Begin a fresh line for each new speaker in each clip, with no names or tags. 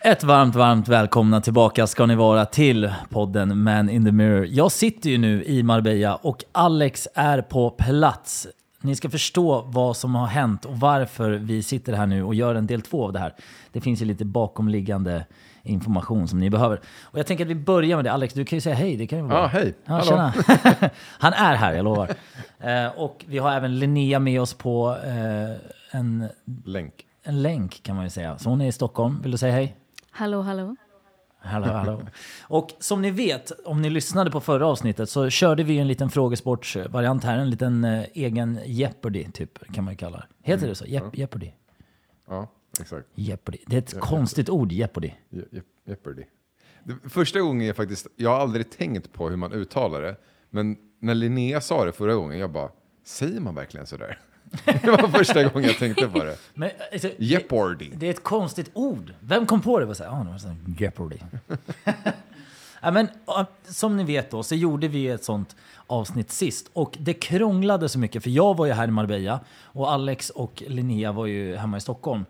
Ett varmt, varmt välkomna tillbaka ska ni vara till podden Man in the Mirror. Jag sitter ju nu i Marbella och Alex är på plats. Ni ska förstå vad som har hänt och varför vi sitter här nu och gör en del två av det här. Det finns ju lite bakomliggande information som ni behöver. Och jag tänker att vi börjar med det. Alex, du kan ju säga hej. Det kan ju vara.
Ja, hej.
Ja,
Hallå.
tjena. Han är här, jag lovar. Eh, och vi har även Linnea med oss på eh, en,
Länk.
en länk kan man ju säga. Så hon är i Stockholm. Vill du säga hej?
Hallå, hallå.
Hallå, hallå. Och som ni vet, om ni lyssnade på förra avsnittet så körde vi ju en liten frågesportsvariant här. En liten eh, egen Jeopardy, typ, kan man ju kalla det. Heter det så? Jep- Jeopardy?
Ja, exakt.
Jeopardy. Det är ett konstigt ord, Jeopardy.
Je- je- Jeopardy. Det- Första gången jag faktiskt, jag har aldrig tänkt på hur man uttalar det, men när Linnea sa det förra gången, jag bara, säger man verkligen sådär? Det var första gången jag tänkte på det.
Men, alltså, det-
Jeopardy.
Det är ett konstigt ord. Vem kom på det? Vad säger jag? Ah, det var så här, Jeopardy. ja, men, ah, som ni vet då så gjorde vi ett sånt avsnitt sist och det krånglade så mycket för jag var ju här i Marbella och Alex och Linnea var ju hemma i Stockholm.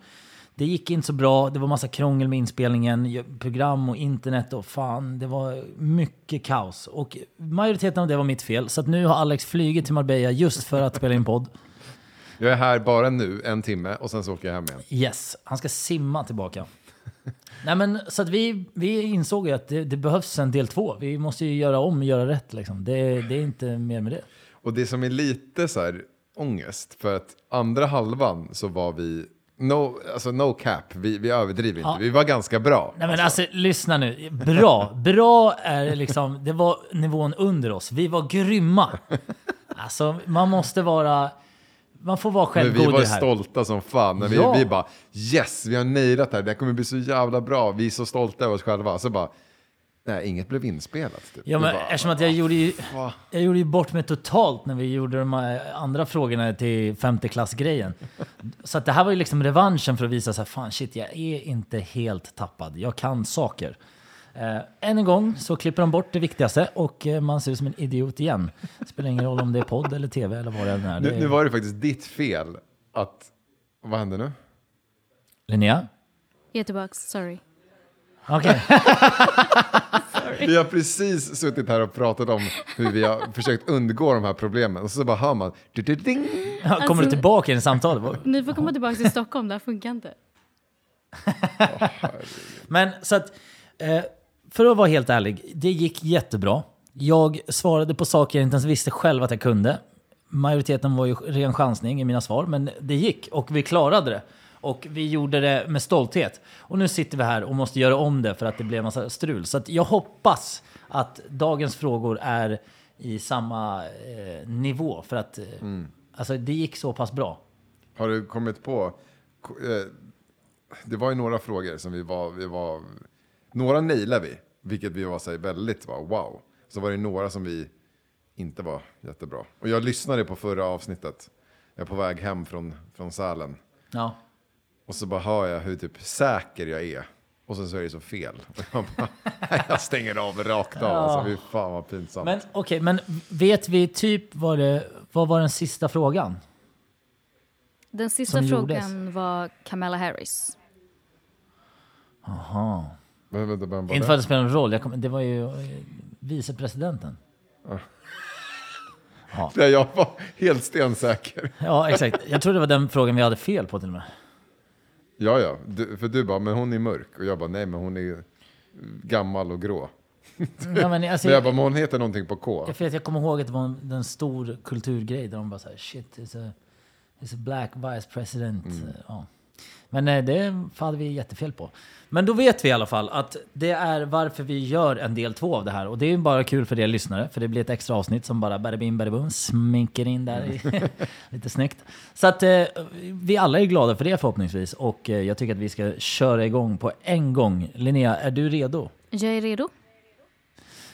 Det gick inte så bra, det var massa krångel med inspelningen, ju- program och internet och fan, det var mycket kaos. Och majoriteten av det var mitt fel, så att nu har Alex flugit till Marbella just för att spela in podd.
Jag är här bara nu, en timme, och sen så åker jag hem igen.
Yes, han ska simma tillbaka. Nej, men, så att vi, vi insåg ju att det, det behövs en del två. Vi måste ju göra om och göra rätt. Liksom. Det, det är inte mer med det.
Och det som är lite så här ångest, för att andra halvan så var vi, no, alltså no cap, vi, vi överdriver inte,
Ja.
vi var ganska bra.
Nej, men alltså, lyssna nu. Bra. Bra är liksom, det var nivån under oss. Vi var grymma. Alltså, man måste vara... Man får vara
Men vi
självgod i
var
det här.
stolta som fan. När vi,
Ja.
vi bara yes, vi har nailat det här. Det här kommer bli så jävla bra. Vi är så stolta över oss själva. Så bara, nej, inget blev inspelat. Typ.
Ja, men,
Vi bara,
eftersom att jag gjorde, ju,
va?
jag gjorde ju bort mig totalt när vi gjorde de här andra frågorna till femteklassgrejen. Så att det här var ju liksom revanschen för att visa så här, fan shit, jag är inte helt tappad. Jag kan saker. Eh, än en gång så klipper de bort det viktigaste och eh, man ser ut som en idiot igen. Spelar ingen roll om det är podd eller tv eller vad det än är. Det
nu, nu
är...
var det faktiskt ditt fel att, vad hände nu?
Linnea?
Jag är tillbaks, sorry.
Okej.
Vi har precis suttit här och pratat om hur vi har försökt undgå de här problemen. Och så bara hör man, du, du, ding.
Kommer du tillbaka i en samtal? Vad-
Ni får komma tillbaka till Stockholm, det här funkar inte.
Men så att, eh, för att vara helt ärlig, det gick jättebra. Jag svarade på saker jag inte ens visste själv att jag kunde. Majoriteten var ju ren chansning i mina svar, men det gick och vi klarade det. Och vi gjorde det med stolthet. Och nu sitter vi här och måste göra om det för att det blev en massa strul. Så att jag hoppas att dagens frågor är i samma eh, nivå för att eh, alltså, det gick så pass bra.
har du kommit på, ko- eh, det var ju några frågor som vi var, vi var några nailade vi, vilket vi var så här, väldigt var wow. Så var det några som vi inte var jättebra. Och jag lyssnade på förra avsnittet, jag är på väg hem från, från Sälen.
Ja.
Och så bara hör jag hur typ säker jag är. Och sen så är det så fel. Och jag, bara, jag stänger av rakt av. Alltså, fy fan vad pinsamt.
Men okej, men vet vi typ vad det, vad var den sista frågan?
Den sista
Som
frågan
gjordes.
var Kamala Harris.
Men, vänta, vem
Inte
var
för att
det?
det spelar någon roll, jag kom, det var ju eh, vicepresidenten.
Nej, jag var helt stensäker.
Ja, exakt. Jag tror det var den frågan vi hade fel på till och med.
Ja, ja. Du, för du bara, men hon är mörk. Och jag bara, nej, men hon är gammal och grå.
Ja, men, alltså,
Men jag bara,
jag,
men hon heter någonting på K.
jag, vet, jag kommer ihåg att det var en, en stor kulturgrej där de bara så här, shit, it's a, it's a black vice president. Ja. Men eh, det hade vi jättefel på. Men då vet vi i alla fall att det är varför vi gör en del två av det här. Och det är ju bara kul för er lyssnare, för det blir ett extra avsnitt som bara badabim badabum sminker in där. i- Lite snyggt. Så att eh, vi alla är glada för det förhoppningsvis. Och eh, jag tycker att vi ska köra igång på en gång. Linnea, är du redo?
Jag är redo.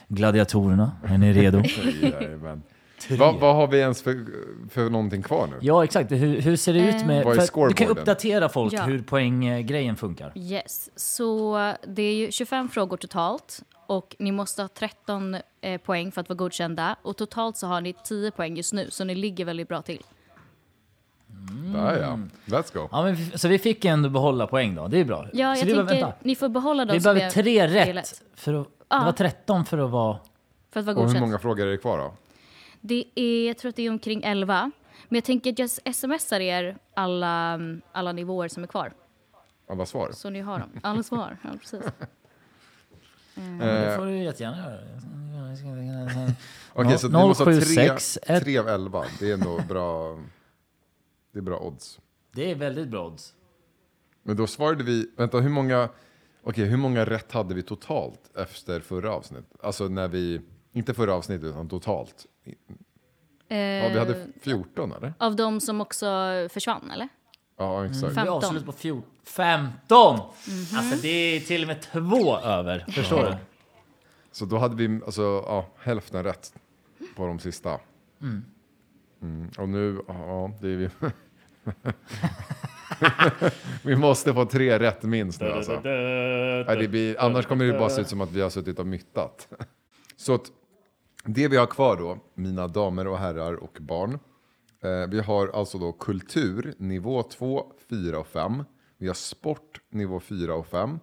Gladiatorerna, är ni redo?
Jajamän. Vad vad har vi ens för, för någonting kvar nu?
ja, exakt. Hur, hur ser det ut med...
Eh.
Vad är
för att du kan
scoreboarden?
uppdatera folk
Ja.
hur poänggrejen funkar.
Yes, så det är ju 25 frågor totalt och ni måste ha 13 eh, poäng för att vara godkända och totalt så har ni 10 poäng just nu så ni ligger väldigt bra till.
Ja, ja. Let's go.
Mm. Ja, men, vi- så vi fick ju ändå behålla poäng då, det är bra.
Ja,
så
jag
vi
tänker,
behöver- vänta.
ni får behålla de
Vi
som
behöver
är-
tre
det är
rätt.
lätt,
För att,
Ja.
Det var 13 för att
Eh.
vara...
för att vara
Och hur
godkänt.
många frågor är det kvar då?
Det är, jag tror att det är omkring 11. Men jag tänker att jag smsar er alla, mm, alla nivåer som är kvar.
Alla svar?
Så ni har dem. Alla svar. Ja, precis.
Det får du jättegärna göra.
Okej,
No-
så ni måste ha
076,
tre,
ett-
tre av elva. Det är ändå bra, det är bra odds.
Det är väldigt bra odds.
Men då svarade vi, vänta hur många, okej hur många rätt hade vi totalt efter förra avsnittet? Alltså när vi, inte förra avsnittet utan totalt. Ja, vi
Eh,
hade 14 eller?
Av de som också försvann, eller?
Ja exakt.
Vi
Femton. Mhm.
avslutar på 14. 15! Alltså det är till och med två över. Förstår du?
Så då hade vi alltså, ja, hälften rätt på de sista. Mm, och nu, ja det är vi. vi måste få tre rätt minst nu alltså. Nej, det blir, annars kommer det ju bara se ut som att vi har suttit och myttat. Så att det vi har kvar då, mina damer och herrar och barn. Eh, vi har alltså då kultur, nivå 2, 4 och 5. Vi har sport, nivå 4 och 5.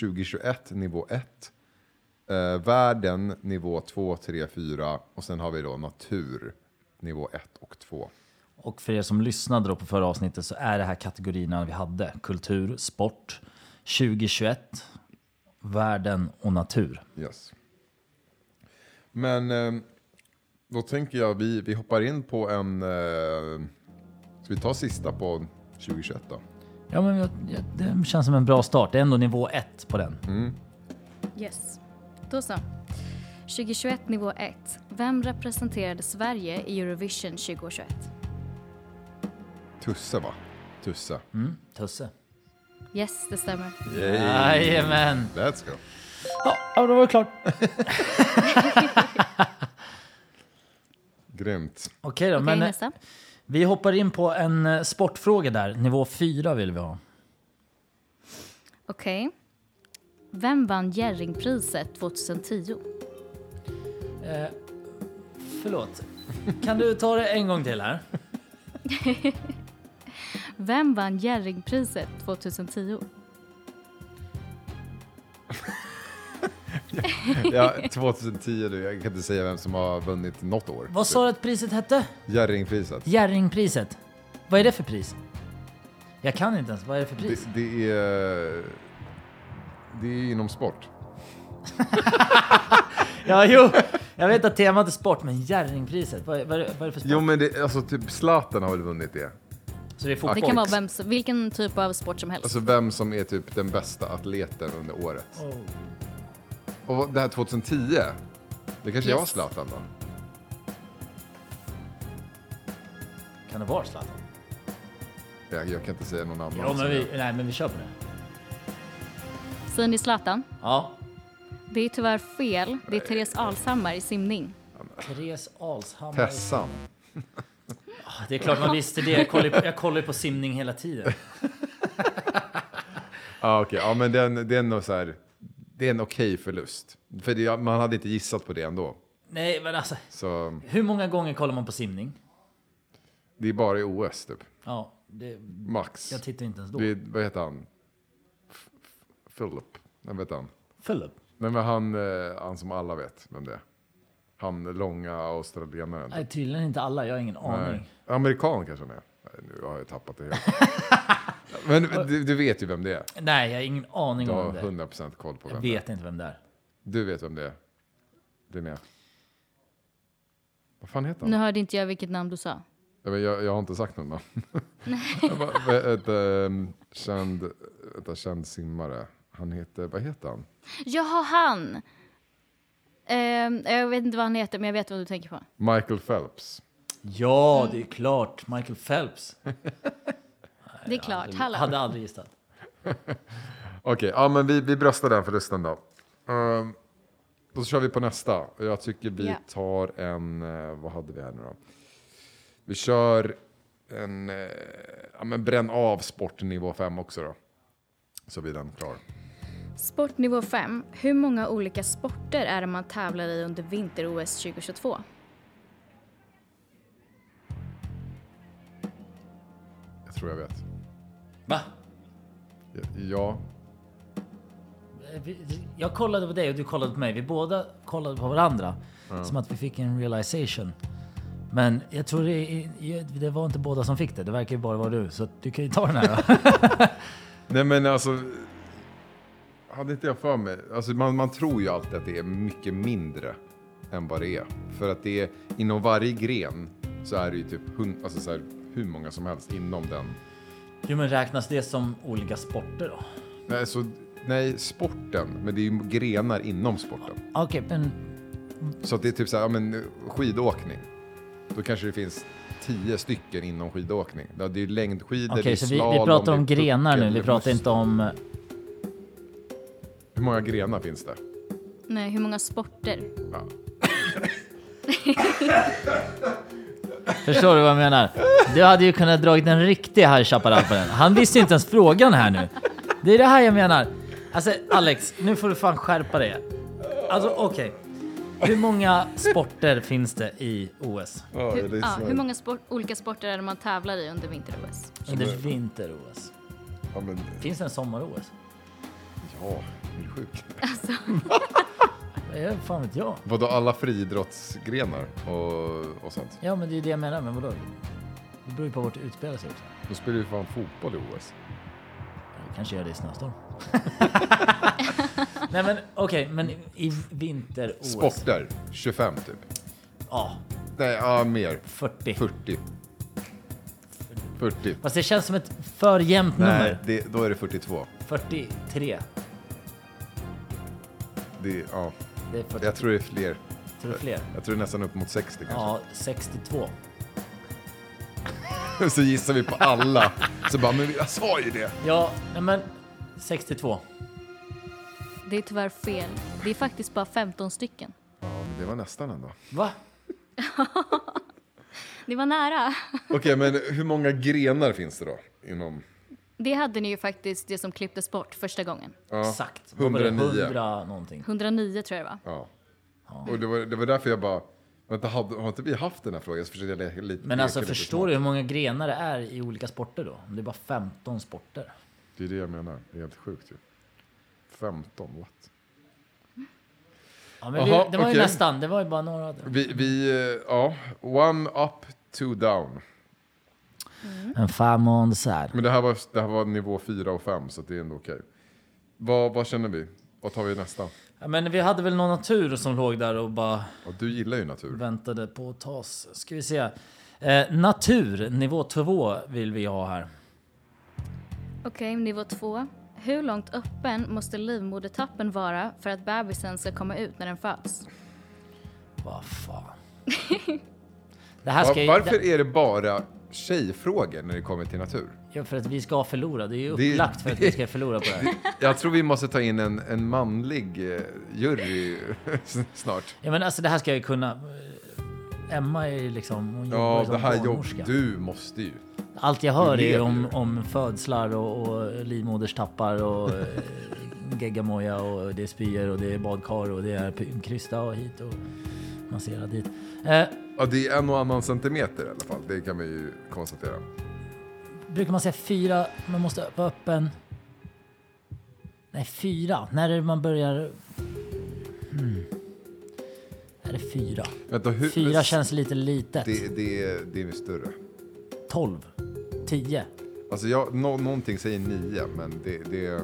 2021, nivå 1. Eh, världen, nivå 2, 3, 4. Och sen har vi då natur, nivå 1 och 2.
Och för er som lyssnade då på förra avsnittet så är det här kategorierna vi hade. Kultur, sport, 2021, världen och natur.
Yes. Men eh, då tänker jag vi, vi hoppar in på en... Eh, ska vi ta sista på 2021 då?
Ja, men jag- jag- det känns som en bra start. Det är ändå nivå ett på den.
Yes. Då så. 2021, nivå 1. Vem representerade Sverige i Eurovision 2021?
Tusse va? Tusse.
Tusse.
Yes, det stämmer.
Jajamän!
Let's go.
Ja, ja, då var det klart.
Grymt.
Okej då,
Okej,
men eh,
nästa.
vi hoppar in på en eh, sportfråga där. Nivå fyra vill vi ha.
Okej. Vem vann Jerringpriset 2010?
Eh, Förlåt. Kan du ta det en gång till här?
Vem vann Jerringpriset 2010?
Ja, 2010, du, jag kan inte säga vem som har vunnit något år.
Vad sa du att priset hette?
Jerringpriset.
Jerringpriset. Vad är det för pris? Jag kan inte ens. Vad är det för pris?
Det, det är... Det är inom sport.
Ja, jo. Jag vet att temat är sport, men Jerringpriset. Vad, är- vad, är det- vad är det för sport?
Jo men det, alltså typ Zlatan har väl vunnit det.
Så det är
Det
fotboll.
kan vara vem, som- vilken typ av sport som helst.
Alltså vem som är typ den bästa atleten under året.
Oh.
Och vad- det här 2010, det kanske jag var
Yes.
Zlatan då?
Kan det vara Zlatan?
Jag, jag kan inte säga någon annan.
Ja,
som
men vi,
jag.
nej, men vi kör på det. Alltså-
Säger ni Zlatan?
Ja.
Det är tyvärr fel. Det är Therese Alshammar i simning.
Therese Alshammar.
Tessan.
Ah, Det är klart man visste det. Jag kollar ju på, jag kollar ju på simning hela tiden.
Ja, okej. Ja, men den, det är nog så här. Det är en okej förlust. För det, man hade inte gissat på det ändå.
Nej, men alltså.
Så
Hur många gånger kollar man på simning?
det är bara i OS typ.
Ja, det,
Max.
jag tittar inte ens då.
Det, är- vad heter han? F- F- Philip. Nej, vad heter han?
Philip.
Nej, men han, eh, han som alla vet vem det är. Han långa australienaren.
Nej, tydligen inte alla. Jag har ingen aning.
Nej. Amerikan kanske han är. Nej, nu har jag tappat det helt. Men du, du vet ju vem det är.
Nej, jag har ingen aning
Du
om
har
vem det är.
100% koll på
Jag
vem det är.
vet inte vem det är.
Du vet vem det är. Linnea. Vad fan heter han?
Nu hörde inte jag vilket namn du sa.
Ja, men Jag, jag har inte sagt något namn. Jag bara, vad- Ett ähm, känd, ett känd simmare. Han heter, vad heter han?
Jaha, han! Ehm, jag vet inte vad han heter, men jag vet vad du tänker på.
Michael Phelps.
Ja,
Mm.
det är klart. Michael Phelps.
Det är klart,
Jag
hallå.
hade aldrig gissat.
Okej, ja men vi, vi bröstar den förlusten då. Ehm, då kör vi på nästa. Och Jag tycker vi
Ja.
tar en, eh, vad hade vi här nu då? Vi kör en, eh, ja men bränn av sportnivå 5 också då. Så blir den klar.
Sportnivå 5. Hur många olika sporter är det man tävlar i under vinter-OS 2022?
tror jag vet.
Va?
Ja,
Vi- Jag kollade på dig och du kollade på mig. Vi båda kollade på varandra. Som att vi fick en realization. Men jag tror det, det var inte båda som fick det. Det verkar ju bara vara du. Så att du kan ju ta den här då.
Nej men alltså. Hade inte jag för mig. Alltså man, man tror ju alltid att det är mycket mindre än vad det är. För att det är inom varje gren så är det ju typ hund, alltså så här, hur många som helst inom den.
Jo men räknas det som olika sporter då?
Nej, så, nej sporten, men det är ju grenar inom sporten.
Okej, men
Så att det är typ så här, ja, men skidåkning. Då kanske det finns tio stycken inom skidåkning. Ja, Det är ju längdskidor,
okej,
det är
så vi,
slalom,
vi pratar
det är
om grenar
puckel,
nu. Vi
det
pratar
finns-
inte om...
Hur många grenar finns det?
Nej, hur många sporter?
Ja.
Förstår du vad jag menar? Du hade ju kunnat dragit en riktig High Chaparral på den. Han visste ju inte ens frågan här nu. Det är det här jag menar. Alltså Alex, nu får du fan skärpa dig. Alltså okej. Hur många sporter finns det i OS?
Ja, det är
Hur, ja,
så här-
hur många sport, olika sporter är det man tävlar i under vinter-OS?
Under vinter-OS?
Ja, men,
Finns det en sommar-OS?
ja, är du sjuk?
Eh, Fan vet jag.
Vadå alla friidrottsgrenar och, och sånt?
Ja men det är ju det jag menar, men vadå? Det beror ju på vart det utspelar sig också.
Då spelar ju fan fotboll i OS.
Jag kanske gör det i snöstorm. Nej men okej, men i vinter-OS?
Sporter, 25 typ.
Ja,
Nej, ja, mer.
40.
40. 40.
Fast det känns som ett för jämnt
Nej,
nummer.
det, då är det 42.
43.
Det, ja.
Det är 40,
Jag tror det är fler.
tror du fler?
Jag tror det är nästan upp mot 60 kanske.
Ja, 62.
Så gissar vi på alla. Så bara, men jag sa ju det.
Ja, nej men 62.
Det är tyvärr fel. Det är faktiskt bara 15 stycken.
Ja, men det var nästan ändå.
Va?
Det var nära.
Okej, men hur många grenar finns det då? Inom
Det hade ni ju faktiskt, det som klipptes bort första gången.
Exakt. Vad var det?
109.
100 någonting.
109 tror jag det var.
Ja. Och det var, det var därför jag bara, vänta, hade- har inte vi haft den här frågan? Så försökte jag le- lite,
Men
leka
alltså
lite
förstår du hur många grenar det är i olika sporter då? Om det är bara 15 sporter.
Det är det jag menar. Det är helt sjukt ju. 15, what?
Ja, men
Jaha,
vi, det var ju
okej.
nästan, det var ju bara några.
Vi, vi eh, ja, one up, two down.
En fem och en dessert.
Men det här var, det här var nivå 4 och 5, så det är ändå okej. Vad, vad känner vi? Vad tar vi nästa?
Ja, men vi hade väl någon natur som låg där och bara
Ja, du gillar ju natur.
väntade på att tas. Ska vi se. Eh, natur, nivå 2 vill vi ha här.
Okej, nivå två. Hur långt öppen måste livmodertappen vara för att bebisen ska komma ut när den föds?
Vad fan. Det här
Va-
ska ju...
varför är det bara tjejfrågor när det kommer till natur?
Ja, för att vi ska förlora. Det är ju
Det-
upplagt för att vi ska förlora på det här.
Jag tror vi måste ta in en, en manlig eh, jury snart.
Ja, men alltså det här ska jag ju kunna. Emma är ju liksom... Hon jobbar
Ja,
ju som
det här jobb,
barnmorska.
du måste ju.
Allt jag hör
Du
är ju
lever
om,
ju.
om födslar och, och livmoderstappar och eh, geggamoja och det är spyor och det är badkar och det är p- krysta och hit och massera dit. Eh,
Ja, det är en och annan centimeter i alla fall. Det kan man ju konstatera.
brukar man säga fyra, man måste vara öppen. Nej, fyra. När är det man börjar... Mm. Är det fyra?
Vänta, hur,
Fyra känns lite litet.
Det, det, det är ju större.
Tolv. Tio.
Alltså jag, nå, någonting säger nio, men det, det,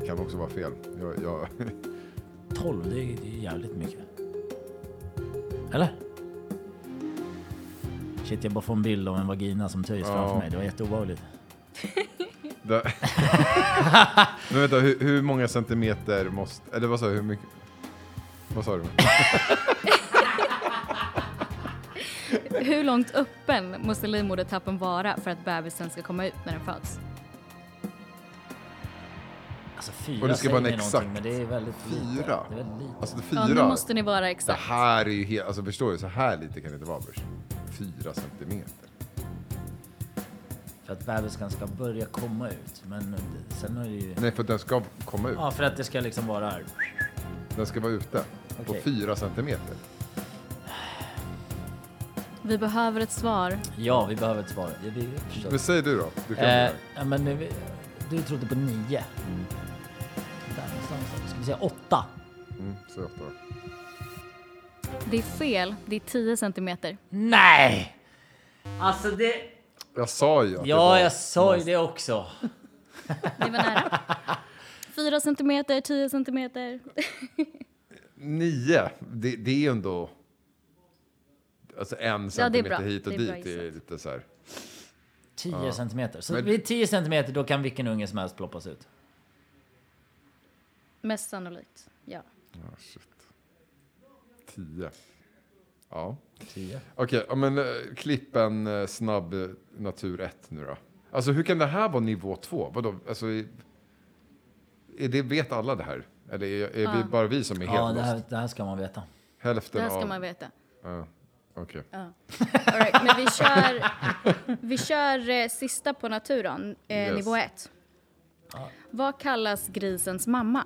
det kan också vara fel. Jag, jag,
Tolv, det är, det är jävligt mycket. Eller? Shit, jag bara får en bild av en vagina som töjs framför mig. Det var jätteobehagligt.
där. men vänta, hur, hur många centimeter måste... Eller vad sa du? Hur mycket? Vad sa du? Alltså,
Hur långt öppen måste livmodertappen vara för att bebisen ska komma ut när den föds?
Alltså fyra
Och det ska
säger
vara
mig
en
någonting,
exakt-
men det är väldigt lite.
Fyra?
Det är väldigt lite.
Alltså
Ja, nu
fyra?
måste ni vara
Det
exakt.
här är ju helt... Alltså förstår du? Så här lite kan det inte vara, Börs. Fyra centimeter.
För att bebisen ska börja komma ut. Men eh, sen är det ju...
Nej, för att den ska komma ut.
Ja, för att det ska liksom vara här.
Den ska vara ute. På
Okej.
fyra centimeter.
Vi behöver ett svar.
Ja, vi behöver ett svar. Ja, vi försöker.
Men säg du då. Du kan
Typ. Eh,
börja.
ja, men nu, du trodde på nio. Där någonstans. Ska vi säga åtta?
mm, säg åtta då.
Det är fel. Det är 10 centimeter.
Nej! Alltså det...
Jag sa ju att det
Ja,
var...
jag sa ju det också.
Det var nära. 4 centimeter, 10 centimeter.
Nio. Det, det är ju ändå... Alltså en centimeter
bra.
hit och
Det är bra
dit är
gissat.
lite så här.
10 centimeter. Så
Men-
vid 10 centimeter då kan vilken unge som helst ploppas ut.
Mest sannolikt, ja.
Ah, shit. Tio. Ja.
10.
Okej, ja, men eh, klipp en eh, snabb eh, natur 1 nu då. Alltså hur kan det här vara nivå 2? Vadå? Alltså, är, är det, vet alla det här? Eller är, är vi bara vi som är helt
Ja, det
lost?
här, det här ska man veta.
Hälften
Det här ska
av...
man veta.
Ja, Okej.
All right, men vi kör, vi kör eh, sista på naturen, eh,
Yes.
nivå ett. Vad kallas grisens mamma?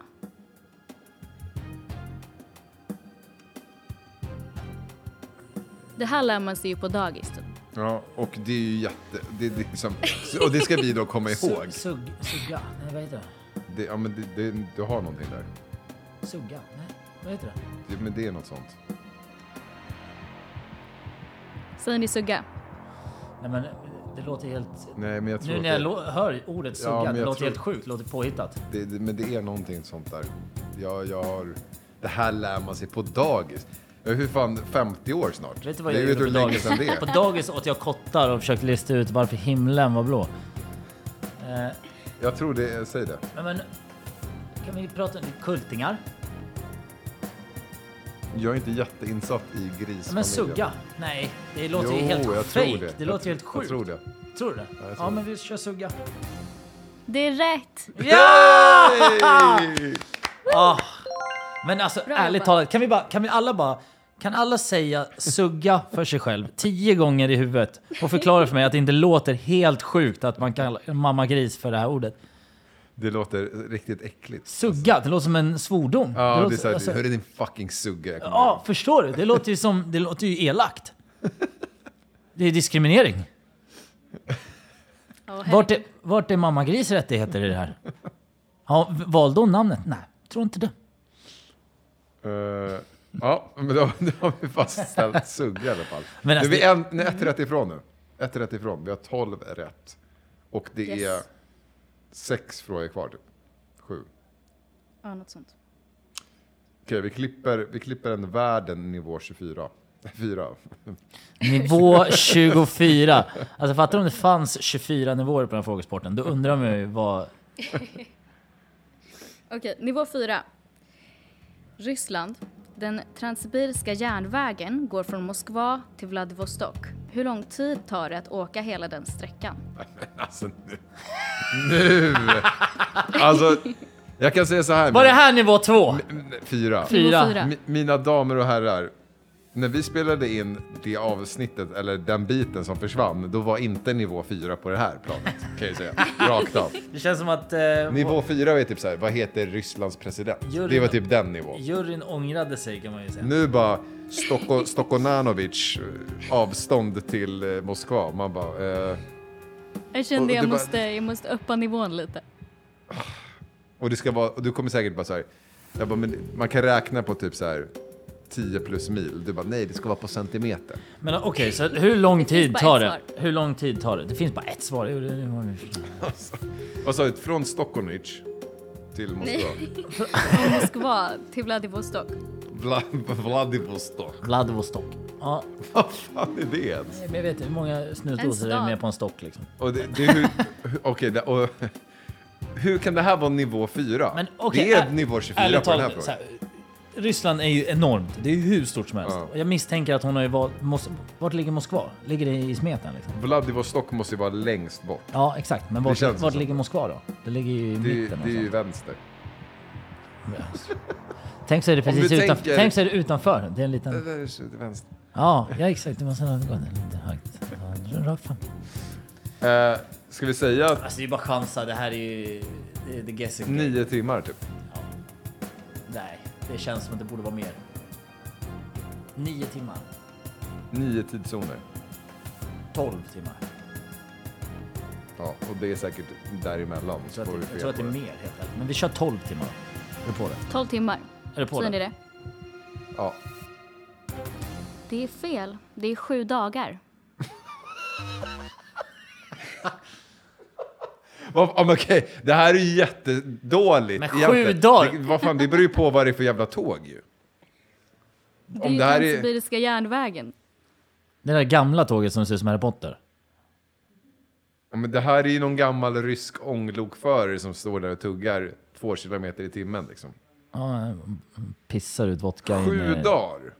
Det här lär man sig ju på dagis. Typ.
Ja, och det är ju jätte... Det, det är liksom, så- och det ska vi då komma ihåg.
Sug, sug, sugga? Nej, vad heter
Det, ja, men det, det, du har någonting där.
det? Sugga? Nej, vad heter det?
Det, men det är något sånt.
Säger ni sugga?
Nej, men det låter helt...
Nej, men jag tror
Nu
att
när jag
det,
lå- hör ordet sugga,
Ja, men
det
jag
låter
tror-
helt sjukt, det låter påhittat.
det, det, men det är någonting sånt där. Jag, jag har... Det här lär man sig på dagis. Jag är hur fan 50 år snart.
Vet du vad
det
jag
är ju
gjorde
hur
på
länge
dagis?
sedan det
På
är.
dagis åt jag kottar och försökte lista ut varför himlen var blå. Eh,
Jag tror det, säg det.
men, men kan vi prata om kultingar?
Jag är inte jätteinsatt i grisfamiljen.
Ja, men sugga? Nej, det låter ju
Jo,
helt
jag tror
fake.
det.
Det,
Jag
låter ju
tror-
helt
jag
sjukt.
tror det.
Tror du det? Ja,
jag tror
men vi kör sugga.
Det är rätt!
Ja!
Hej!
Ah. Men alltså
Bra
ärligt
jobbat.
talat, kan vi, bara, kan vi alla bara... Kan alla säga sugga för sig själv tio gånger i huvudet och förklara för mig att det inte låter helt sjukt att man kallar en mamma gris för det här ordet?
Det låter riktigt äckligt.
Sugga, det låter som en svordom.
Ja, det är
låter-
såhär,
alltså-
hörru din fucking sugga. jag kommer
Ja, förstår du? Det låter ju, som, det låter ju elakt. Det är diskriminering.
Ja,
Vart är, vart är mamma gris rättigheter i det här? Ja, v- valde hon namnet? Nej, tror inte det.
ihåg. Eh, ja, men då, då har vi fastställt sugga i alla fall.
Men
Men
alltså
vi är en, nej, ett rätt ifrån nu. Ett rätt ifrån. Vi har tolv rätt. Och det
Yes.
är sex frågor kvar, typ. Sju.
Ja, något sånt.
Okej, vi klipper, vi klipper en världen nivå 24. Fyra.
Nivå 24. Alltså fattar du om det fanns 24 nivåer på den här frågesporten? Då undrar man ju vad...
Okej, nivå fyra. Ryssland. Den transsibiriska järnvägen går från Moskva till Vladivostok. Hur lång tid tar det att åka hela den sträckan?
Alltså nu. Nu! Alltså, jag kan säga så här.
Var det här nivå 2?
Fyra.
Fyra.
fyra.
Mi- Mina damer och herrar, när vi spelade in det avsnittet, eller den biten som försvann, då var inte nivå fyra på det här planet. Kan jag säga. Rakt av.
Det känns som att eh,
Nivå fyra är typ så här, vad heter Rysslands president?
Juryn.
Det var typ den nivån.
juryn ångrade sig kan man ju säga.
Nu bara Stoko, Stokonanovic eh, avstånd till eh, Moskva. Man bara... Eh,
Jag
Och
kände
det
jag
var-
måste, jag måste uppa nivån lite.
Och, det ska vara, och du kommer säkert bara så här, jag bara, men man kan räkna på typ så här 10 plus mil. Du bara, nej det ska vara på centimeter.
Men okej, så hur lång tid
bara
tar
ett
det? Hur lång tid tar det? Det finns bara ett svar. Jo, det- det var nu.
Vad sa du? Från Stockholmwich till Moskva?
Från Moskva till Vladivostok.
Vla- Vladivostok.
Vladivostok. Ja,
Vad fan är det ens?
men jag vet inte hur många
En
snusdosor
stad.
det är med på en stock liksom.
Och det, det är hur, hur- okej, det, och, hur kan det här vara nivå 4?
Men okej,
det är
ä-
nivå 24
Ärligt
på den här
talat, så
frågan.
här, Ryssland är ju enormt. Det är ju hur stort som helst.
Ja.
Och Jag misstänker att hon har ju valt... Mos, vart ligger Moskva? Ligger det i smeten liksom?
Vladivostok måste ju vara längst bort.
Ja, exakt. Men vart,
känns ju
vart
så.
ligger Moskva då? Det ligger ju i
Det, är-
mitten liksom.
det är ju
någonstans.
vänster.
Tänk så är det
Om du
precis utanför.
tänker-
Tänk så är det utanför. Det är en
Det
liten...
där är så- det är vänster.
Ja, ja exakt. Det måste ha gått lite högt. Ja, Rakt fram.
Eh, ska vi säga att
Alltså det är bara chansar. Det här är ju... Det är the guessing game.
nio timmar typ?
Nej, det känns som att det borde vara mer. Nio timmar.
Nio tidszoner.
12 timmar.
Ja, och det är säkert däremellan.
Jag tror, att
får
det,
du
jag
fel
tror att det är
på
mer helt ärligt. Men vi kör 12 timmar. Är du på det?
12 timmar.
Är du på
Synd i
det?
det.
Ja,
Det är fel. Det är sju dagar.
Vad- ja, men Okej, det här är ju jättedåligt.
Men sju
egentligen.
dagar.
Det, vad fan, det beror ju på vad det är för jävla tåg ju.
Det
Om
är ju
det här är-
Transsibiriska järnvägen.
Det där gamla tåget som ser ut som Harry Potter.
Ja, men det här är ju någon gammal rysk ånglokförare som står där och tuggar två kilometer i timmen liksom.
Ja, pissar ut vodka
Sju
in i-
dagar?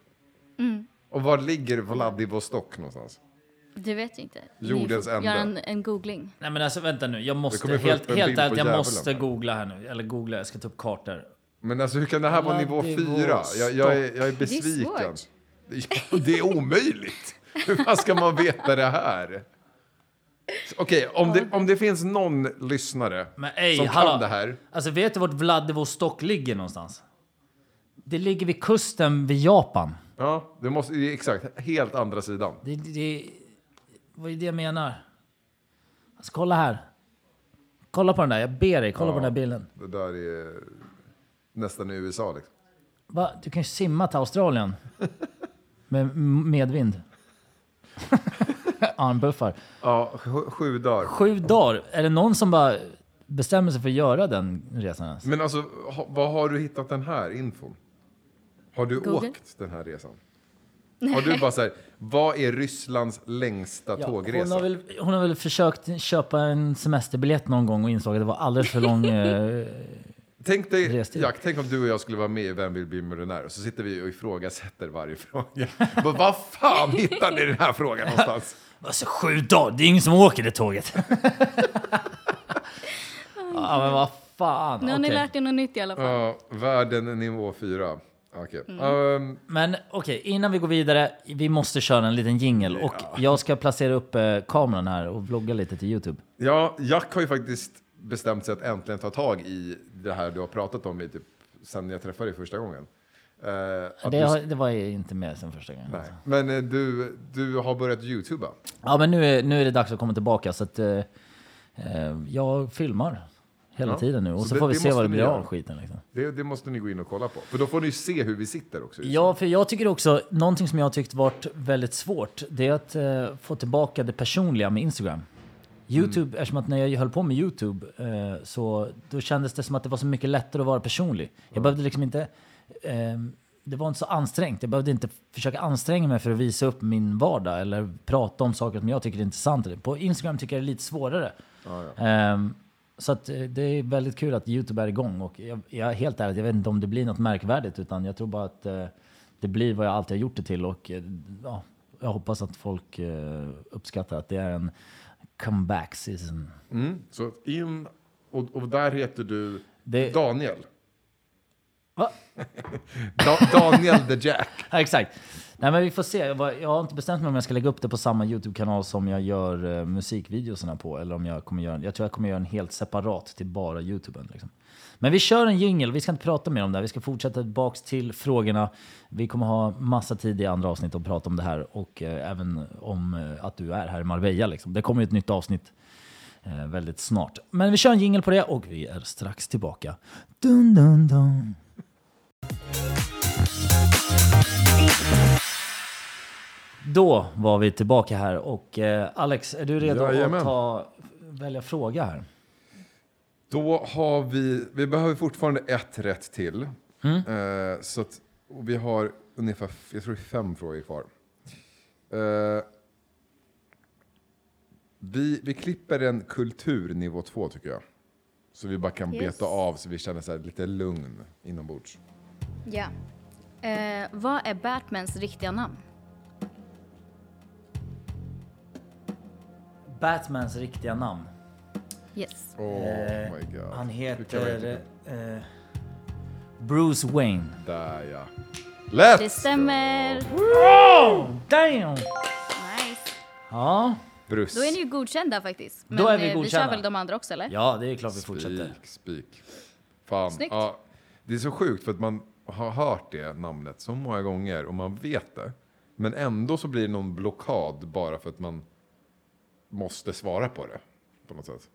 Mm.
Och var ligger Vladivostok någonstans?
Det vet jag inte.
Jordens ände.
Gör en, en googling.
Nej men alltså vänta nu, jag
Det
måste
kommer få
helt,
upp en
helt
bild på
ärligt, jag
djävulen
måste
här.
googla här nu. Eller googla, jag ska ta upp kartor.
Men alltså hur kan det här vara nivå
Vladivostok.
fyra? Jag, jag, är, jag är
är
besviken.
svårt.
Det är, ja, det är omöjligt! Hur fan ska man veta det här? Okej, om, det, om det finns någon lyssnare
Men ej,
som
hallå.
kan det här.
Alltså vet du vart Vladivostok ligger någonstans? Det ligger vid kusten vid Japan.
Ja, det måste, det är exakt. Helt andra sidan.
Det, det, det vad är det jag menar? Alltså kolla här. Kolla på den där, jag ber dig, kolla på den där bilden.
Det där är nästan i USA liksom.
Va? Du kan ju simma till Australien. Med m- medvind. Armbuffar.
Ja, sju, sju dagar.
Sju dagar, är det någon som bara bestämmer sig för att göra den resan ens?
Men alltså, ha, vad har du hittat den här infon? Har du
Google.
åkt den här resan? Har du bara så här, vad är Rysslands längsta
Ja, hon,
tågresa?
har väl, hon har väl försökt köpa en semesterbiljett någon gång och insåg att det var alldeles för lång... eh,
Tänk dig,
Restid.
Jack, tänk om du och jag skulle vara med i Vem vill bli miljonär? Och så sitter vi och ifrågasätter varje fråga. Bara, vad fan hittar ni den här frågan någonstans?
alltså sju dagar, det är ingen som åker det tåget. ja men vad fan.
Nu har ni
okej.
lärt er något nytt i alla fall.
Ja, världen nivå 4. Okej.
Mm.
Ehm,
Men okej, innan vi går vidare, vi måste köra en liten jingle. Och jag ska placera upp eh, kameran här och vlogga lite till Youtube.
ja, Jack har ju faktiskt bestämt sig att äntligen ta tag i det här du har pratat om i typ, sen jag träffade dig första gången. Eh, att
Det,
du-
har, det var ju inte med sen första gången.
Nej. Men eh, du, du har börjat youtuba.
Ja men nu är, nu är det dags att komma tillbaka så att eh, eh, jag filmar hela
Ja,
tiden nu. Och
så
så,
det-
får vi
det
se
måste
vad det
ni
blir
göra.
av skiten liksom.
Det, det måste ni gå in och kolla på. För då får ni ju se hur vi sitter också. liksom.
Ja, för jag tycker också, någonting som jag har tyckt varit väldigt svårt, det är att eh, få tillbaka det personliga med Instagram. Youtube, eftersom att när jag höll på med Youtube eh, så då kändes det som att det var så mycket lättare att vara personlig. Jag behövde liksom inte, eh, det var inte så ansträngt. Jag behövde inte försöka anstränga mig för att visa upp min vardag eller prata om saker som jag tycker är intressant. På Instagram tycker jag det är lite svårare. Ehm, så att eh, det är väldigt kul att Youtube är igång och jag, jag är helt ärlig, jag vet inte om det blir något märkvärdigt utan jag tror bara att eh, det blir vad jag alltid har gjort det till och eh, ja, jag hoppas att folk eh, uppskattar att det är en comeback season.
Mm. Så in, och, och där heter du
Det-
Daniel.
Va?
Da, Daniel the Jack.
Ja, exakt. Nej men vi får se. Jag var- jag har inte bestämt mig om jag ska lägga upp det på samma Youtube-kanal som jag gör eh, musikvideorna på. Eller om jag kommer göra, jag tror jag kommer göra en helt separat till bara Youtuben. Liksom. Men vi kör en jingle, vi ska inte prata mer om det här. Vi ska fortsätta tillbaks till frågorna. Vi kommer ha massa tid i andra avsnitt att prata om det här. Och eh, även om eh, att du är här i Marbella. Liksom. Det kommer ju ett nytt avsnitt eh, väldigt snart. Men vi kör en jingle på det och vi är strax tillbaka. Dun, dun, dun. Då var vi tillbaka här och eh, Alex, är du redo
Jajamän.
att ta, välja fråga här?
Då har vi, vi behöver fortfarande ett rätt till.
Mm.
Eh, så att, och vi har ungefär, jag tror det är fem frågor kvar. Eh, vi, vi klipper en kulturnivå två tycker jag. Så vi bara kan
Yes.
beta av så vi känner så här lite lugn inombords.
Ja. Eh, vad är Batmans riktiga namn?
Batmans riktiga namn?
Yes.
Oh
Eh,
my god.
Han
Hur kan man inte-
heter eh, Bruce Wayne.
Där ja. Let's
Det stämmer.
Damn!
Nice.
Ja,
go! Bruss.
Då är ni ju godkända faktiskt. Men
Då är vi
eh,
godkända.
vi kör väl de andra också eller?
ja det är klart vi fortsätter.
Spik, spik. Fan.
Snyggt.
Ja, det är så sjukt för att man har hört det namnet så många gånger och man vet det. Men ändå så blir det någon blockad bara för att man måste svara på det. På något sätt.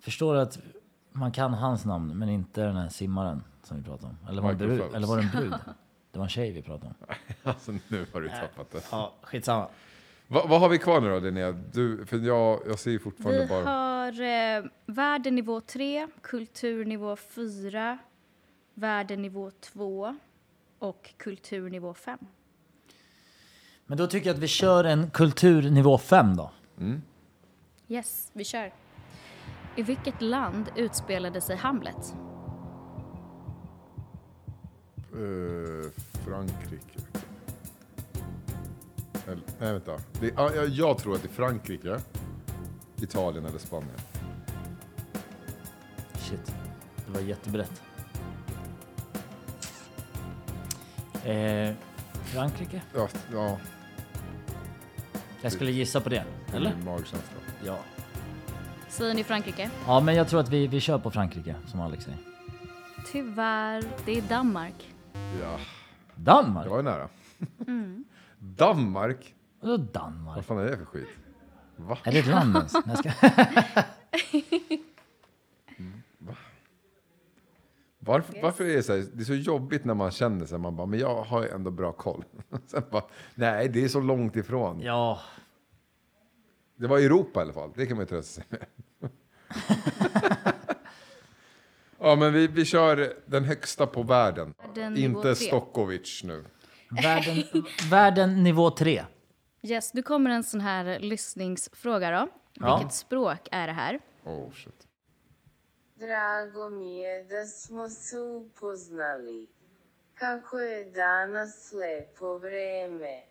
Förstår du att man kan hans namn, men inte den här simmaren som vi pratade om? Eller var, det en brud,
Michael Phelps.
eller var det en brud? Det var en tjej vi pratade om.
Alltså nu har du tappat det.
Ja, skitsamma.
Va, vad har vi kvar nu då Linnea? Du, för jag, jag ser ju fortfarande
Vi
bara...
har eh, värdenivå 3, kulturnivå 4, värdenivå 2 och kulturnivå 5.
Men då tycker jag att vi kör en kulturnivå 5 då.
Yes, vi kör. I vilket land utspelade sig Hamlet?
Eh, Frankrike. Eller, nej, vänta. Det, är- ja, jag, jag tror att det är Frankrike, Italien eller Spanien.
Shit, det var jättebrett. Eh, Frankrike?
Ja, ja
Jag skulle gissa på det.
det är
Eller?
min magkänsla.
Ja.
Säger ni Frankrike?
Ja, men jag tror att vi, vi kör på Frankrike, som Alex säger.
Tyvärr, det är Danmark.
Ja,
Danmark?
jag var ju nära.
Mm.
Danmark?
Vadå
Vad
Danmark?
fan är det för skit? Va?
Är det ett land ens? Nej, Jag ska...
Varför, varför är det så här? Det är så jobbigt när man känner sig. Man bara, men jag har ju ändå bra koll. Sen bara, nej, det är så långt ifrån.
Ja,
Det var Europa i alla fall. Det kan man ju trösta sig med. ja, men vi, vi kör den högsta på världen.
Världen nivå tre.
Inte Stokovic nu.
världen, världen nivå tre.
Yes, nu kommer en sån här lyssningsfråga då.
Ja.
Vilket språk är det här?
Oh, shit.
Drago mi je da smo se upoznali. Kako je danas lepo vreme.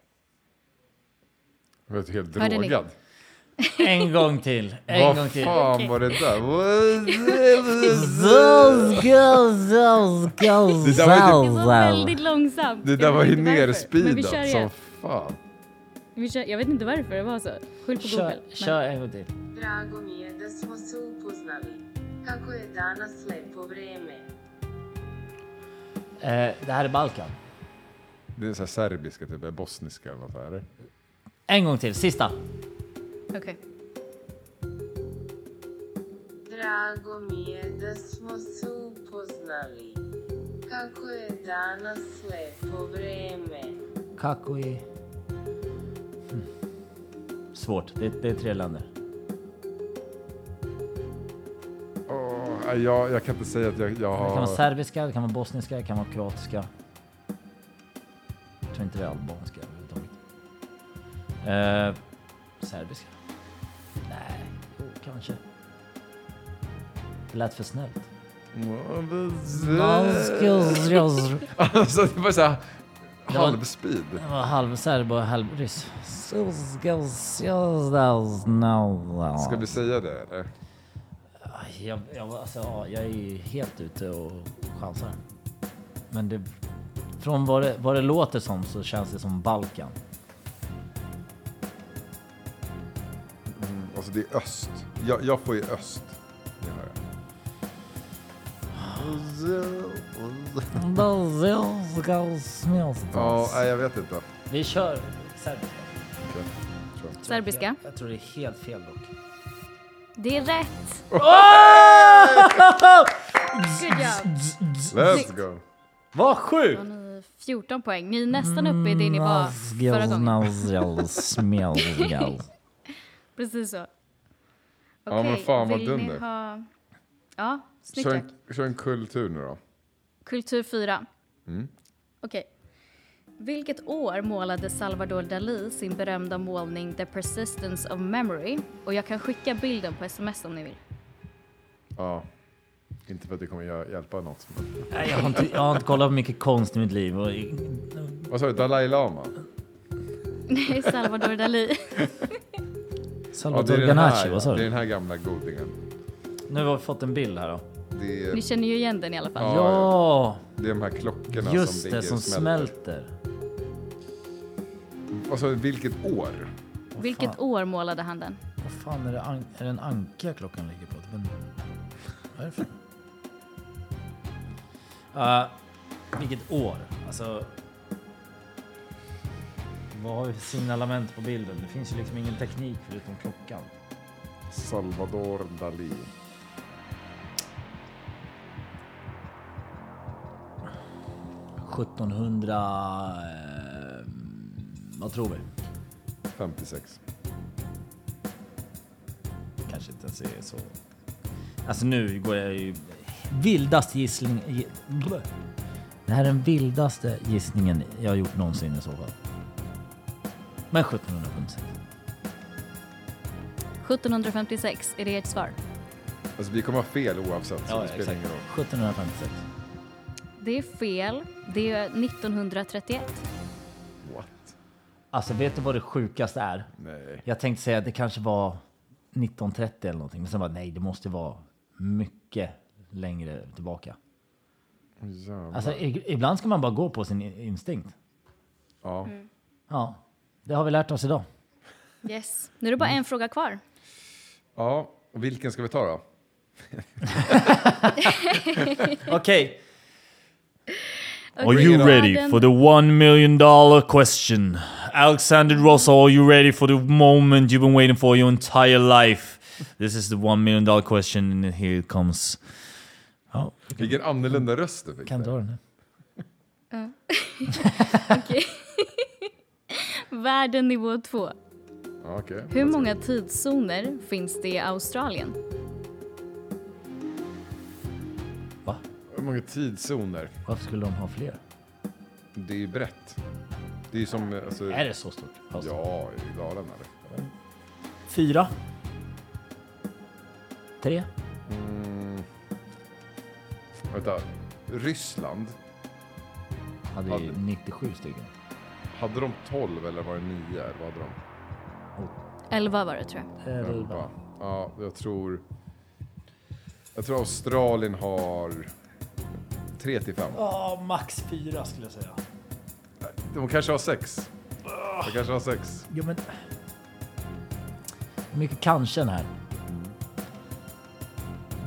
Jag blev helt
Hörde ni?
drogad.
En gång till. En gång
Vad
till.
fan var det där? Vad- Det där var typ-
Det var väldigt långsamt.
Det där
Jag
var
vet
ju
inte varför. Men vi
nerspeedat
kör
som
igen.
fan.
Vi kör, jag vet inte varför det var så. Skyll på Google.
Kör,
Men-
kör en gång till.
Drago mi je da smo se upoznali. Kako je danas lepo vreme.
Eh, det här är Balkan.
Det är så här serbiska, typ, eller bosniska eller något. Här. eller?
En gång till, sista.
Okej.
Drago mi je da smo se upoznali. Kako je danas lepo vreme.
Kakui. Hmm. Svårt, det, det är tre länder.
Åh, nej, jag, jag kan inte säga att jag, jag
Det kan vara
har...
serbiska, det kan vara bosniska, det kan vara kroatiska. Jag tror inte det är albanska överhuvudtaget. Eh, serbiska? Nej, jo, kanske. Det lät för snällt. Det
Alltså, det var så här
Det var-
halvspeed.
var halvserb och halvryss.
Ska vi säga det eller?
Jag, jag, alltså, ja, jag är ju helt ute och chansar. Men det, från vad det, vad det låter som så känns det som Balkan.
Alltså det är öst. Jag, jag får ju öst. Det hör jag. Ja, nej, jag vet inte.
Vi kör serbiska.
Okej, tror jag.
Serbiska.
Jag tror det är helt fel dock.
Det är rätt! Good job!
Let's go!
Vad sjukt!
Då har ni 14 poäng. Ni är nästan uppe i det ni
Mm,
var förra gången. Precis så.
Ja, men
Okej,
fan, vad
vill ni
dunder.
Ha... Ja, snyggt
Kör
Jack.
en, kör en kultur nu då.
Kultur 4.
Mm.
Okej. Vilket år målade Salvador Dalí sin berömda målning The Persistence of Memory? Och jag kan skicka bilden på sms om ni vill.
Ja. Inte för att det kommer gö- hjälpa något. Men...
Nej, jag, har inte, jag har inte kollat på mycket konst i mitt liv. Och,
Vad sa du? Dalai Lama?
Mm.
Nej, Salvador Dalí.
Ja,
Salvador Ganache, vad sa
det är
du?
den här gamla godingen.
Nu har vi fått en bild här då.
Det är,
Ni känner ju igen den i alla fall.
Ja,
Ja,
det är de här klockorna
just
som
det,
ligger
som
och smälter.
smälter.
Vad sa du? Vilket år?
Vilket år målade han den?
Vad fan är det, an- är det en anka klockan ligger på? Typ en- Vad är det för? Eh, Uh, vilket år? Alltså... Vad har vi för signalement på bilden? Det finns ju liksom ingen teknik förutom klockan.
Salvador Dalí.
Mm. 1700... Eh, vad tror vi?
56.
Kanske inte ens är så... Alltså nu går jag ju... Vildast gissning... gi- blö. Det här är den vildaste gissningen jag har gjort någonsin i så fall. Men 1756.
1756, är det ert svar?
Alltså vi kommer ha fel oavsett. så
Ja,
det
ja,
spelar
exakt.
ingen roll.
1756.
Det är fel. Det är 1931.
What?
Alltså vet du vad det sjukaste är?
Nej.
Jag tänkte säga att det kanske var 1930 eller någonting. Men sen bara nej, det måste vara mycket längre tillbaka.
Jävlar.
Alltså i- ibland ska man bara gå på sin i- instinkt.
ja.
Ja, det har vi lärt oss idag.
Yes. Nu är det bara en fråga kvar.
ja, och vilken ska vi ta då?
Okej.
Are you ready for
the one million dollar question. Alexander Russell, are you ready for the moment you've been waiting for your entire life? This is the one million dollar question, and here it comes. Oh,
Ja,
Vilken annorlunda röst du fick.
kan
där.
dra den. här.
Världen nivå 2.
Ja, okej.
Hur många tidszoner finns det i Australien?
Va?
Hur många tidszoner?
Varför skulle de ha fler?
Det är ju brett. Det är ju som... Alltså,
Är det så stort? avstånd?
Ja, är du galen eller?
Fyra? Tre?
Vänta. Ryssland,
Hade
Ja,
ju
det-
97 stycken.
hade de 12 eller var det 9? Eller vad hade de?
11 var det tror jag.
Elva.
Elva. Ja, jag tror... Jag tror Australien har 3 till 5.
Ja, max fyra skulle jag säga.
De kanske har 6. De kanske har 6.
Jo, men... Mycket kanske här.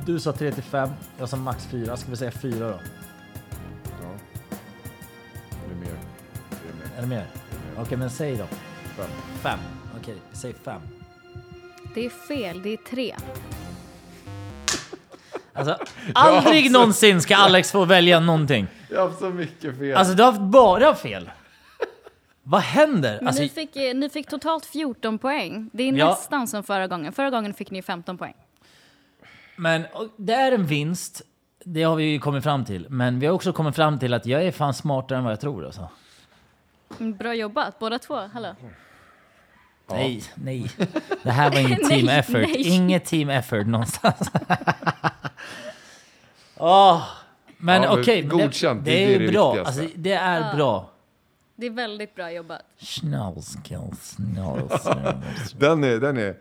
Du sa 3 till 5, jag sa max 4. Ska vi säga 4 då?
Ja. Det är mer. Det är mer.
Eller mer? Okej, men säg då.
Fem.
5. Okej, vi säg 5.
Det är fel, det är 3.
Alltså, aldrig någonsin ska Alex få välja någonting.
Jag har haft så mycket fel.
Alltså, du har haft bara fel. Vad händer?
Men
Alltså,
ni, fick, eh, ni fick totalt 14 poäng. Det är
Ja.
nästan som förra gången. Förra gången fick ni 15 poäng.
Men och det är en vinst. Det har vi ju kommit fram till. Men vi har också kommit fram till att jag är fan smartare än vad jag tror. Alltså.
Mm, Bra jobbat båda två. Hallå.
Nej, nej. Det här var inget team
Nej,
effort.
nej.
Inget team effort någonstans. Ah, Åh, Men
Ja, men
okej, men
godkänt,
det,
det är
det är
det
ju bra.
viktigaste.
Alltså, det är bra.
Det är väldigt bra jobbat.
Schnauskels, schnauskels.
Den är, den är...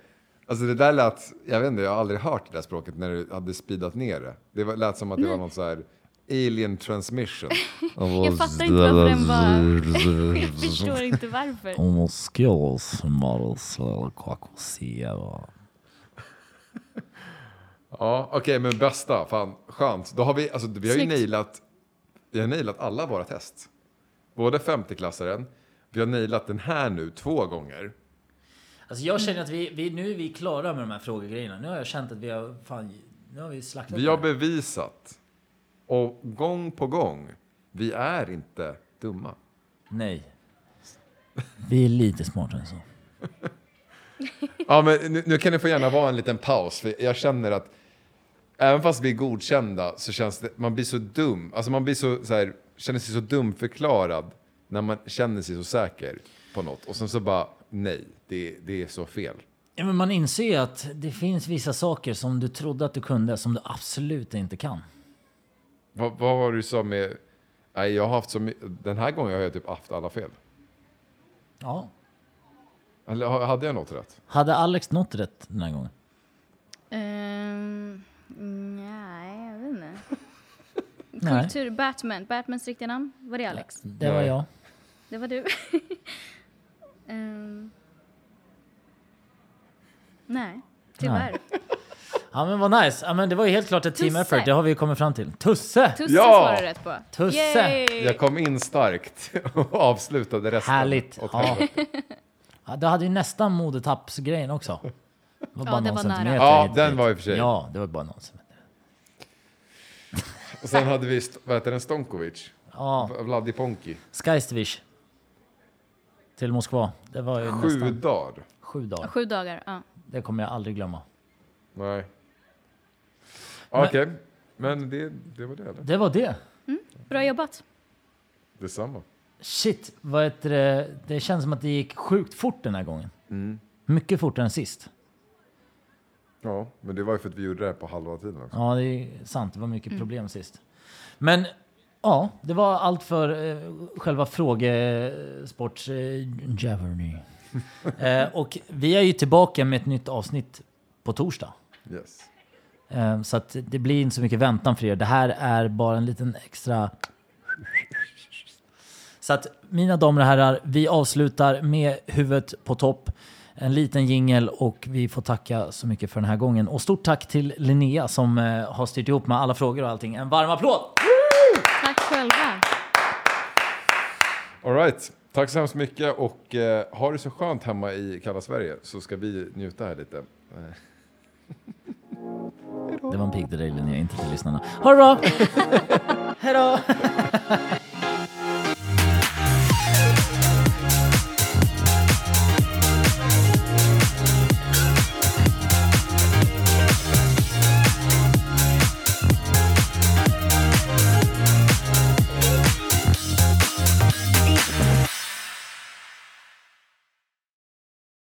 Alltså det där lät... Jag vet inte, jag har aldrig hört det där språket när du hade speedat ner det. Det var- lät som att det var någon så här alien transmission.
Jag fattar inte varför den var... Jag förstår inte varför.
Homoskels, marsel, kakoseva.
Ja, okej, men bästa. Fan, skönt. Då har vi, alltså, vi har ju
Snyggt.
nailat, vi har nailat alla våra test. Både 50-klassaren, vi har nailat den här nu två gånger.
Alltså jag känner att vi, vi, nu är vi klara med de här frågegrejerna. Nu har jag känt att vi har, fan, nu har vi slaktat
Vi har
det här.
bevisat, och gång på gång, vi är inte dumma.
Nej. Vi är lite smartare än så.
Ja, men nu, nu kan det få gärna vara en liten paus, för jag känner att även fast vi är godkända så känns det, man blir så dum, alltså man blir så, så här, känner sig så dumförklarad när man känner sig så säker på något och sen så bara nej, det, det är så fel.
Ja, men man inser ju att det finns vissa saker som du trodde att du kunde som du absolut inte kan.
Vad, vad var du sa med, nej jag har haft så my- den här gången har jag typ haft alla fel.
Ja.
Eller ha- hade jag något rätt?
Hade Alex nått rätt den här gången?
Ehm, nej, jag vet inte.
Nej.
Kultur, Batman. Batmans riktiga namn, var det Alex?
Det var
Nej.
jag.
Det var du. Ehm, nej, tyvärr.
Ja men vad nice. Ja, men det var ju helt klart ett team
Tusse.
effort, det har vi ju kommit fram till. Tusse!
Tusse
Ja!
svarar du rätt på.
Tusse.
Yay!
Jag kom in starkt och avslutade resten.
Härligt.
åt
Ja.
helvete.
Ja, du hade ju nästan modetappsgrejen också. Det var bara
det
någon
var nära.
centimeter.
Ja,
hit och
den
dit.
var i och för sig.
Ja, det var bara någon centimeter.
Och sen hade vi, st- vad heter den, Stonkovic?
Ja,
Vladi Ponki.
Skajstvic. Till Moskva. Det var ju
Sju
nästan
dagar.
sju dagar.
Sju dagar, ja.
Det kommer jag aldrig glömma.
Nej. Okej, men det, det var det eller?
Det var det.
Bra jobbat.
Detsamma.
Shit, vad heter det? det känns som att det gick sjukt fort den här gången. Mycket fortare än sist.
Ja, men det var ju för att vi gjorde det här på halva tiden också.
Ja, det är sant. Det var mycket problem sist. Men ja, det var allt för eh, själva frågesports eh, Jeopardy. eh, och vi är ju tillbaka med ett nytt avsnitt på torsdag.
Yes.
Eh, så att det blir inte så mycket väntan för er. Det här är bara en liten extra... Så att mina damer och herrar, vi avslutar med huvudet på topp. En liten jingel och vi får tacka så mycket för den här gången. Och stort tack till Linnea som eh, har styrt ihop med alla frågor och allting. En varm applåd!
Tack själva.
All right. Tack så hemskt mycket och eh, ha det så skönt hemma i kalla Sverige så ska vi njuta här lite.
Det var en pigg till dig Linnea, inte till lyssnarna. Ha det bra! Hej då!